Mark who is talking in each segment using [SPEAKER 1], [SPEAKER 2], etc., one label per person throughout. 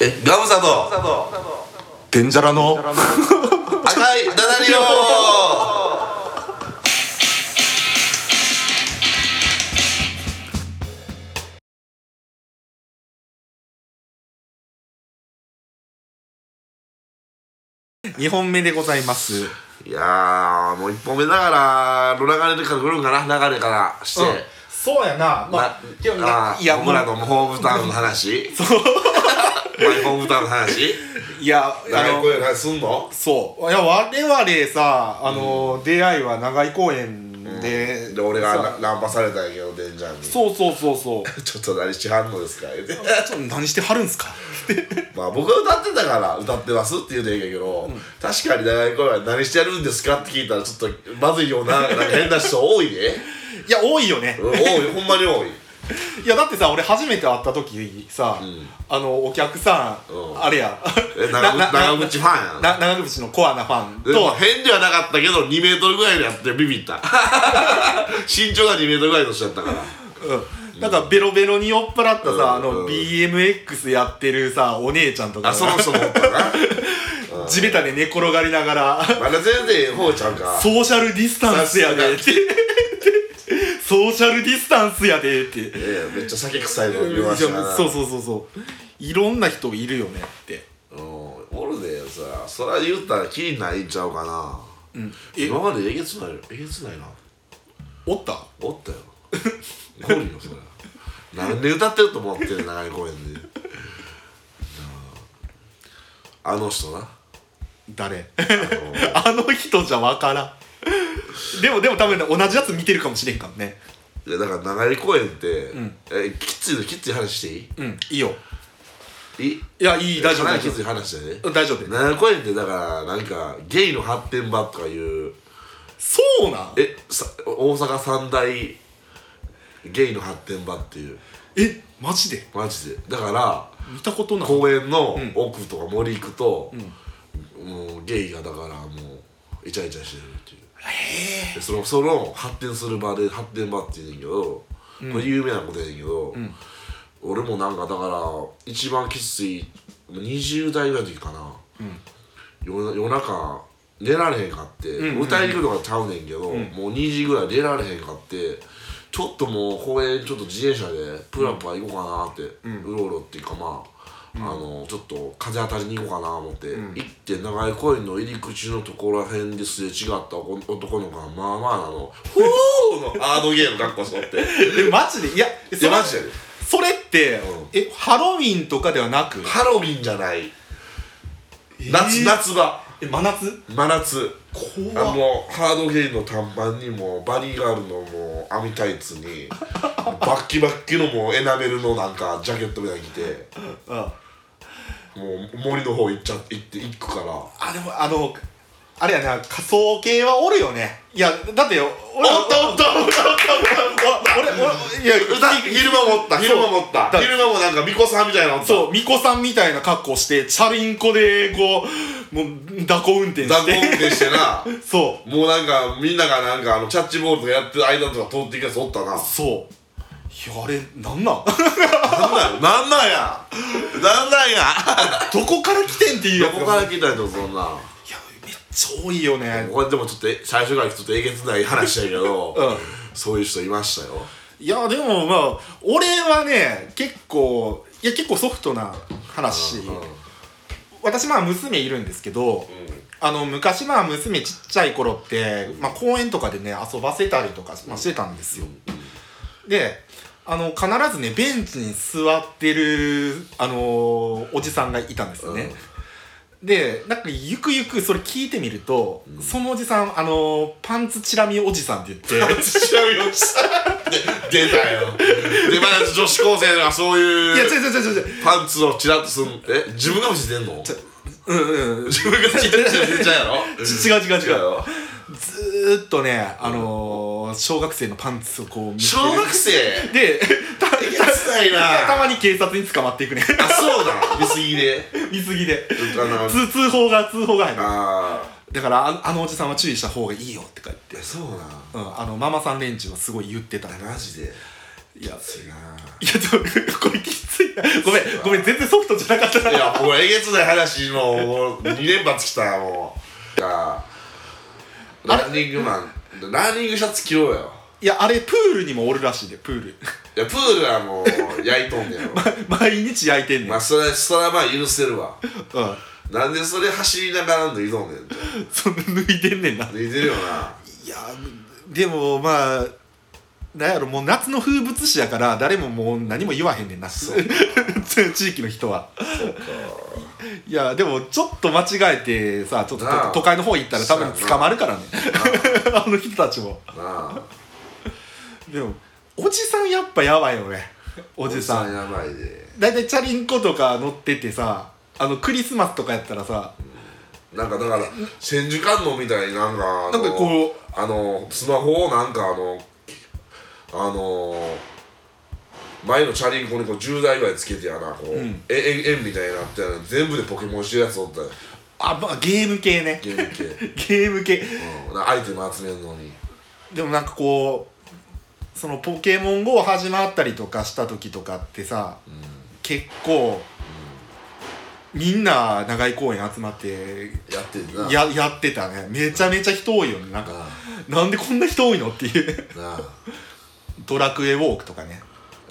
[SPEAKER 1] えガムサと
[SPEAKER 2] デンジャラの
[SPEAKER 1] 赤いダダリオ
[SPEAKER 3] 2本目でございます
[SPEAKER 1] いやーもう一本目だからの流れでから来るんかな流れからして、
[SPEAKER 3] うんそうやなま
[SPEAKER 1] な
[SPEAKER 3] あでも
[SPEAKER 1] あ
[SPEAKER 3] な
[SPEAKER 1] ー
[SPEAKER 3] いや
[SPEAKER 1] 僕ら
[SPEAKER 3] も
[SPEAKER 1] のホームタウンの話マイホームタウンの 話
[SPEAKER 3] ういやあ
[SPEAKER 1] 長い
[SPEAKER 3] の
[SPEAKER 1] 声がすんの
[SPEAKER 3] そういや我々さあの、出会いは長井公園で、
[SPEAKER 1] で俺が
[SPEAKER 3] さ
[SPEAKER 1] なナンパされたんやけどデンジャーに
[SPEAKER 3] そうそうそ うそう
[SPEAKER 1] ちょっと何しはんのですか言うて
[SPEAKER 3] ちょっと何してはるんすか
[SPEAKER 1] まあ僕が歌ってたから歌ってますって言うてんやけど、確かに長い声は何してやるんですかって聞いたらちょっとまずいようななんか変な人多い ね
[SPEAKER 3] いや多いよね
[SPEAKER 1] うん多いほんまに多い
[SPEAKER 3] いやだってさ俺初めて会った時さ、
[SPEAKER 1] ん
[SPEAKER 3] あのお客さん、
[SPEAKER 1] うん
[SPEAKER 3] あ れや
[SPEAKER 1] え長
[SPEAKER 3] なな
[SPEAKER 1] 長渕ファンやん
[SPEAKER 3] な長渕のコアなファン
[SPEAKER 1] でも
[SPEAKER 3] と
[SPEAKER 1] 変ではなかったけど2メートルぐらいでやってビビった 身長が2メートルぐらいの人だったから
[SPEAKER 3] うんなんかベロベロに酔っ払ったさ、
[SPEAKER 1] うん
[SPEAKER 3] あ
[SPEAKER 1] うん
[SPEAKER 3] の BMX やってるさお姉ちゃんとか
[SPEAKER 1] あその人もおったな
[SPEAKER 3] 地べたで寝転がりながら
[SPEAKER 1] まだ全然ええ方ちゃうか
[SPEAKER 3] ソーシャルディスタンスやでってソーシャルディスタンスやでって
[SPEAKER 1] ええめっちゃ酒臭いの言わし
[SPEAKER 3] そ
[SPEAKER 1] たな
[SPEAKER 3] うそうそうそういろんな人いるよねって
[SPEAKER 1] うんおるでさそら言ったら気にないんちゃうかな
[SPEAKER 3] うんえ
[SPEAKER 1] 今までえげつないえげつないな
[SPEAKER 3] おった
[SPEAKER 1] おったよおるよそらなんで歌ってると思ってる長い公園でなああの人な
[SPEAKER 3] 誰
[SPEAKER 1] あの
[SPEAKER 3] あの人じゃわからん。でもでも多分ね同じやつ見てるかもしれんからね。
[SPEAKER 1] いやだから長居公園って、
[SPEAKER 3] ん
[SPEAKER 1] えきついのきつい話してい
[SPEAKER 3] うん、いいよ。
[SPEAKER 1] いいい
[SPEAKER 3] いや、いい、大丈夫。
[SPEAKER 1] かなり
[SPEAKER 3] 大丈
[SPEAKER 1] きつい話だよね
[SPEAKER 3] 夫。大丈夫
[SPEAKER 1] 長居公園ってだからなんかゲイの発展場とかいう
[SPEAKER 3] そうなんえ
[SPEAKER 1] えさ大阪三大ゲイの発展場っていう
[SPEAKER 3] マジで
[SPEAKER 1] マジでだから
[SPEAKER 3] 見たことない。
[SPEAKER 1] 公園の
[SPEAKER 3] ん
[SPEAKER 1] 奥とか森行くと、もうゲイがだからもうイチャイチャしてるっていうでそのその発展する場で発展場って言うねんけど、これ有名なことやねんけど、俺もなんかだから一番きつい20代ぐらいの時かな、夜夜中寝られへんかって、歌いに行くのがちゃうねんけど、もう2時ぐらい寝られへんかってちょっともう公園ちょっと自転車でプラプラ行こうかなって、うろうろっていうかまあ、あのちょっと風当たりに行こうかな思って、行って長い公園の入り口のところらへんですれ違った男の子がまあまあな の「フォー!」のアードゲームかっこしとって
[SPEAKER 3] え、マジでいや、
[SPEAKER 1] いやマジで
[SPEAKER 3] それって
[SPEAKER 1] うん、
[SPEAKER 3] え、ハロウィンとかではなく、
[SPEAKER 1] ハロウィンじゃない夏
[SPEAKER 3] えー
[SPEAKER 1] 夏場
[SPEAKER 3] え、真夏
[SPEAKER 1] 真夏あ
[SPEAKER 3] 怖っ
[SPEAKER 1] のハードゲイの短パンにもうバニーガールのもう網タイツ にバッキバッキのもうエナメルのなんかジャケットみたいに着て
[SPEAKER 3] うん
[SPEAKER 1] もう森の方行っちゃ行って行くからお
[SPEAKER 3] あ、でも、あの、あれやな、仮装系はおるよね。いや、だってよ、俺、
[SPEAKER 1] っとおっとおっ
[SPEAKER 3] 俺、俺、俺いや、
[SPEAKER 1] と歌昼間もおった昼間もおった
[SPEAKER 3] だ
[SPEAKER 1] 昼間もなんか巫女さんみたいなのおった
[SPEAKER 3] そう、巫女さんみたいな格好して、チャリンコで、こう、もう、蛇行運転
[SPEAKER 1] 雑
[SPEAKER 3] し
[SPEAKER 1] 魚運
[SPEAKER 3] て。
[SPEAKER 1] 転してな
[SPEAKER 3] そ
[SPEAKER 1] もうなんかみんながなんかあのキャッチボールとかやってる間とか通っていくやつおったな
[SPEAKER 3] う、そう。いや、あれ、な
[SPEAKER 1] なんなん
[SPEAKER 3] んなん
[SPEAKER 1] なんなんやなんなんや
[SPEAKER 3] どこから来てんっていうや
[SPEAKER 1] ど
[SPEAKER 3] つ
[SPEAKER 1] こ
[SPEAKER 3] が
[SPEAKER 1] か
[SPEAKER 3] い
[SPEAKER 1] ら来たんやとそんな
[SPEAKER 3] や、めっちゃ多いよね。
[SPEAKER 1] これでもちょっとえ最初からちょっとえげつない話だけど、
[SPEAKER 3] うん
[SPEAKER 1] そういう人いましたよ
[SPEAKER 3] いや、でもまあ、俺はね、結構、いや、結構ソフトな話。私、まあ、娘いるんですけど、あの、昔、まあ、娘ちっちゃい頃って、まあ、公園とかでね、遊ばせたりとか、まあ、してたんですよ。であの必ずねベンチに座ってるあのーおじさんがいたんですよね、でなんかゆくゆくそれ聞いてみると、そのおじさんあのーパンツチラ見おじさんって言って
[SPEAKER 1] ちなみに出たよでまだ女子高生がそう
[SPEAKER 3] いや違う
[SPEAKER 1] いう
[SPEAKER 3] 違う違う違う
[SPEAKER 1] パンツをチラッとすんえ自分が見せてんの
[SPEAKER 3] うんうんち
[SPEAKER 1] 自分がチラッとしてんちゃうやろ
[SPEAKER 3] 違う違 う違う
[SPEAKER 1] 違うよ
[SPEAKER 3] ずーっとねあのー小学生のパンツをこう見てる
[SPEAKER 1] 小学生
[SPEAKER 3] でた
[SPEAKER 1] えげつない
[SPEAKER 3] たた
[SPEAKER 1] な
[SPEAKER 3] まに警察に捕まっ ていくね
[SPEAKER 1] あそうだ見過ぎで
[SPEAKER 3] 見過ぎで
[SPEAKER 1] あの
[SPEAKER 3] 通通報が通報が入る
[SPEAKER 1] あ
[SPEAKER 3] だからああのおじさんは注意した方がいいよって書いて
[SPEAKER 1] ーいやそうな
[SPEAKER 3] うん、あのママさん連中はすごい言ってたね
[SPEAKER 1] マジで
[SPEAKER 3] いや
[SPEAKER 1] ついない
[SPEAKER 3] いやちょっ とこれきついなごめんごめん全然ソフトじゃなかったない
[SPEAKER 1] やもうえげつない話の2連発きたもういやランニングマンランニングシャツ着ろよ
[SPEAKER 3] いやあれプールにもおるらしいでプール
[SPEAKER 1] いやプールはもう焼いとんねやろ
[SPEAKER 3] 毎日焼いてんねん、
[SPEAKER 1] まあそれそれはまあ許せるわ
[SPEAKER 3] うん、
[SPEAKER 1] なんでそれ走りながら脱いどんねんって
[SPEAKER 3] その脱いでんねんな
[SPEAKER 1] 脱いでるよない
[SPEAKER 3] やでもまあなんやろもう夏の風物詩やから誰ももう何も言わへんねんな
[SPEAKER 1] そ
[SPEAKER 3] 地
[SPEAKER 1] うか
[SPEAKER 3] 域の人はいやでもちょっと間違えてさちょっと都
[SPEAKER 1] なあ
[SPEAKER 3] 都会の方行ったら多分捕まるからね あの人たちも
[SPEAKER 1] なあ
[SPEAKER 3] でもおじさんやっぱやばいよねおじさん
[SPEAKER 1] やばいで
[SPEAKER 3] 大体チャリンコとか乗っててさあのクリスマスとかやったらさ
[SPEAKER 1] なんかだから千手観音みたいになんかあの
[SPEAKER 3] なんかこ
[SPEAKER 1] あのスマホをなんかあのあの前のチャリンコにこう10台ぐらいつけてやなこう、
[SPEAKER 3] ん
[SPEAKER 1] ええ円みたいになって全部でポケモンしてるやつおったよ
[SPEAKER 3] あ、まあ、ゲーム系ね
[SPEAKER 1] ゲー ム系、うん
[SPEAKER 3] ゲーム系
[SPEAKER 1] だからアイテム集めるのに
[SPEAKER 3] でもなんかこうそのポケモン GO 始まったりとかした時とかってさ結構みんな長井公園集まって
[SPEAKER 1] やってんな
[SPEAKER 3] ややってたねめちゃめちゃ人多いよねな
[SPEAKER 1] な
[SPEAKER 3] んか
[SPEAKER 1] あ
[SPEAKER 3] なんでこんな人多いのって いう
[SPEAKER 1] なあ
[SPEAKER 3] ドラクエウォークとかね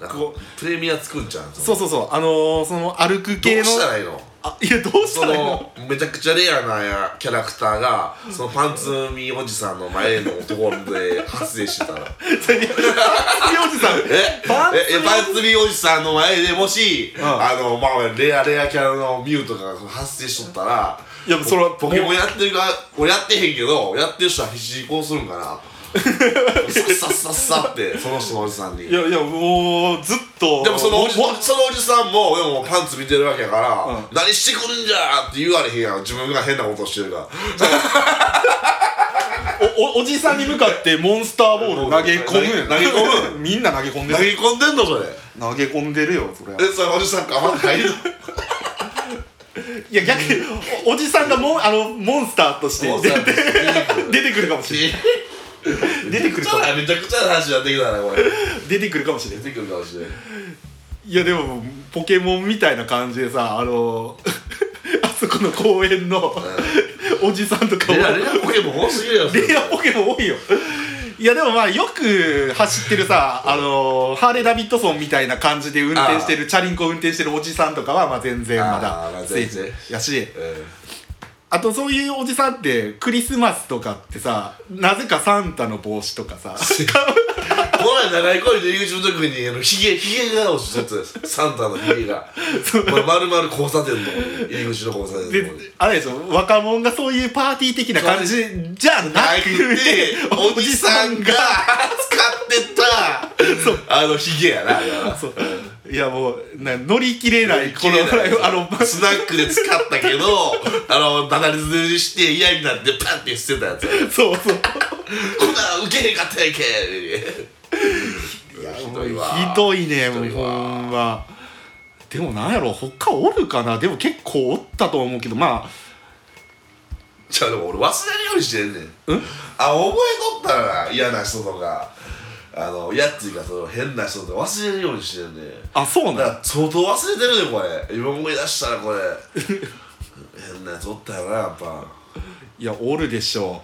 [SPEAKER 1] なんか
[SPEAKER 3] こ
[SPEAKER 1] プレミアつくんちゃう
[SPEAKER 3] そう
[SPEAKER 1] う
[SPEAKER 3] そうそうあのー、その歩く
[SPEAKER 1] ど
[SPEAKER 3] 系
[SPEAKER 1] う
[SPEAKER 3] の
[SPEAKER 1] したらいいの
[SPEAKER 3] あいやどうし
[SPEAKER 1] そ
[SPEAKER 3] たらいいの
[SPEAKER 1] のめちゃくちゃレアなやキャラクターがそのパンツ見おじさんの前のところで発生してたら
[SPEAKER 3] おじさん
[SPEAKER 1] え
[SPEAKER 3] パンツ見
[SPEAKER 1] ええパンツ見おじさんの前でもし、
[SPEAKER 3] ん
[SPEAKER 1] あのまあレアレアキャラのミュウとかが発生しとったら
[SPEAKER 3] いやそれは
[SPEAKER 1] ポケモンやってるか俺やってへんけどやってる人は必死にこうするんかなさっさっさっさってその人のおじさんに
[SPEAKER 3] いやいやもうずっと
[SPEAKER 1] でもそのおじ
[SPEAKER 3] も
[SPEAKER 1] そのおじさんもでもパンツ見てるわけやから、
[SPEAKER 3] うん
[SPEAKER 1] 何してくんじゃーって言われへんやん自分が変なことしてるから
[SPEAKER 3] おおおじさんに向かってモンスターボール を投げ込む
[SPEAKER 1] 投げ込
[SPEAKER 3] みんな投げ込んで
[SPEAKER 1] 投げ
[SPEAKER 3] る
[SPEAKER 1] 込んでんのそれ
[SPEAKER 3] 投げ込んでるよそれ
[SPEAKER 1] えそれおじさんかまだ入るの
[SPEAKER 3] いや逆におおじさんがモンあのモンスターとして
[SPEAKER 1] モンスターとして
[SPEAKER 3] で出てくるかもしれない出てくるかも
[SPEAKER 1] めちゃくちゃな話やってきたなこれ
[SPEAKER 3] 出てくるかもしれな
[SPEAKER 1] 出
[SPEAKER 3] い
[SPEAKER 1] てくるかもしれない
[SPEAKER 3] いやでもポケモンみたいな感じでさあの あそこの公園のおじさんとかも
[SPEAKER 1] レアレアポケモン多すぎるやろそれ
[SPEAKER 3] レアポケモン多いよいやでもまあよく走ってるさあのーハーレー・ダビッドソンみたいな感じで運転してるチャリンコ運転してるおじさんとかはまあ全然ま
[SPEAKER 1] あーまあ
[SPEAKER 3] だ
[SPEAKER 1] 全然
[SPEAKER 3] やし
[SPEAKER 1] え
[SPEAKER 3] あとそういうおじさんってクリスマスとかってさなぜかサンタの帽子とかさ
[SPEAKER 1] ーこの前長い恋で入り口の時にあのヒゲヒゲが落ちとってサンタのヒゲがこれ丸々交差点の入り口の交差点
[SPEAKER 3] で
[SPEAKER 1] のとこに
[SPEAKER 3] あれでしょ若者がそういうパーティー的な感じじゃな
[SPEAKER 1] な
[SPEAKER 3] く
[SPEAKER 1] くて
[SPEAKER 3] て
[SPEAKER 1] おじさんが使ってたあのヒゲやなあれは
[SPEAKER 3] そういやもうな乗り切れないこのあの
[SPEAKER 1] スナックで使ったけどあのダダリズにして嫌になってパンって捨てたやつこん
[SPEAKER 3] そうそう
[SPEAKER 1] なの受けへんかったやんけいやひどいわ
[SPEAKER 3] ひどいねもう
[SPEAKER 1] ひどい
[SPEAKER 3] ほ
[SPEAKER 1] わ
[SPEAKER 3] んまでもなんやろ他おるかなでも結構おったと思うけどまあ
[SPEAKER 1] じゃあでも俺忘れるようにしてんねんあ覚えとったら嫌な人とかあの嫌っていうかその変な人とか忘れるようにしてんねん
[SPEAKER 3] あそう
[SPEAKER 1] だか
[SPEAKER 3] なん
[SPEAKER 1] ら相当忘れてるねこれ今思い出したらこれ 変なやつおったよなやっぱ
[SPEAKER 3] いやおるでしょ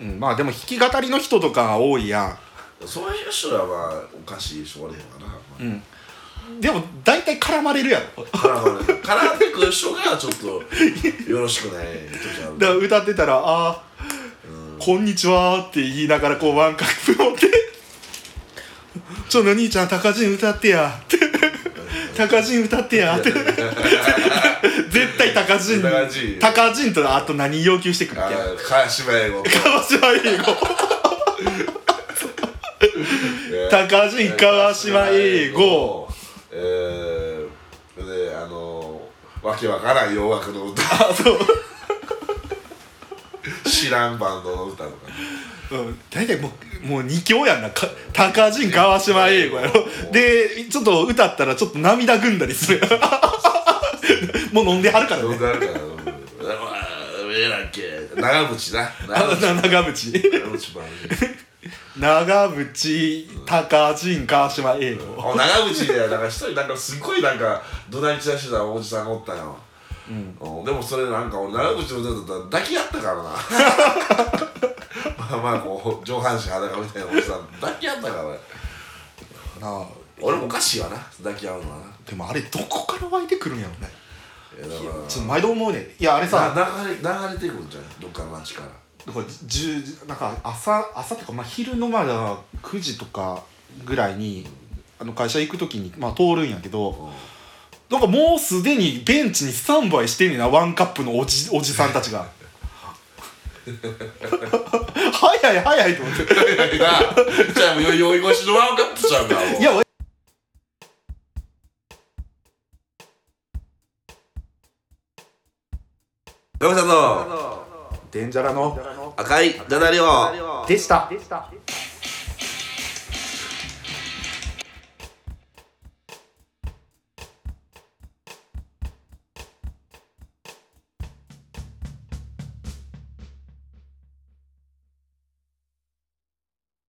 [SPEAKER 3] う、うん、まあでも弾き語りの人とか多いや
[SPEAKER 1] そういう人はまあおかしい人おれへんわな、
[SPEAKER 3] んでも大体絡まれるやろ
[SPEAKER 1] 絡んでくる人がちょっとよろしくない時ある
[SPEAKER 3] だから歌ってたら「あーこんにちは」って言いながらこうワンカップ持って「ちょっと兄ちゃん高人歌っ てや」って「高人歌ってや」って 絶対高人
[SPEAKER 1] 高人
[SPEAKER 3] 高人とあと何要求してくるっ
[SPEAKER 1] あ
[SPEAKER 3] け
[SPEAKER 1] ー川島英語と
[SPEAKER 3] 川島 英語高人川島英語
[SPEAKER 1] えー、であのー、わけわからん洋楽の歌
[SPEAKER 3] あそう
[SPEAKER 1] 知らんバンドの歌とか
[SPEAKER 3] うん大体もうもう2強やんなか高人川島英語やろでちょっと歌ったらちょっと涙ぐんだりするもう飲んではるから
[SPEAKER 1] ど
[SPEAKER 3] ね
[SPEAKER 1] うなるかなうんうわええなんけ長渕な
[SPEAKER 3] あ
[SPEAKER 1] 長
[SPEAKER 3] の
[SPEAKER 1] 渕
[SPEAKER 3] 長渕
[SPEAKER 1] 長渕バンド
[SPEAKER 3] 長渕高人川島英
[SPEAKER 1] あ
[SPEAKER 3] 語
[SPEAKER 1] 長渕でなんか一人なんかすごいなんか怒鳴り散らしてたおじさんおったよ、うんでもそれなんか俺長渕の歌だったら抱き合ったからな まあまあこう上半身裸みたいなおじさん抱き合ったから
[SPEAKER 3] なあ
[SPEAKER 1] 俺もおかしいわな抱き合うのはな
[SPEAKER 3] でもあれどこから湧いてくるんやろね
[SPEAKER 1] いやだか
[SPEAKER 3] ちょっと毎度思うねいやあれ
[SPEAKER 1] ら
[SPEAKER 3] さ
[SPEAKER 1] な流れ流れてくるんじゃんどっかの街から
[SPEAKER 3] これ10なんか朝朝とか、まあ、昼のまだ9時とかぐらいにあの会社行く時に、まあ、通るんやけどなんかもうすでにベンチにスタンバイしてんねんなワンカップのおじおじさんたち が早い早いと思って
[SPEAKER 1] いやいやじゃあもう酔い越しのワンカップちゃうんだもう
[SPEAKER 3] いや俺
[SPEAKER 1] 山下の
[SPEAKER 3] デンジャラの
[SPEAKER 1] 赤いダダリオ
[SPEAKER 3] でした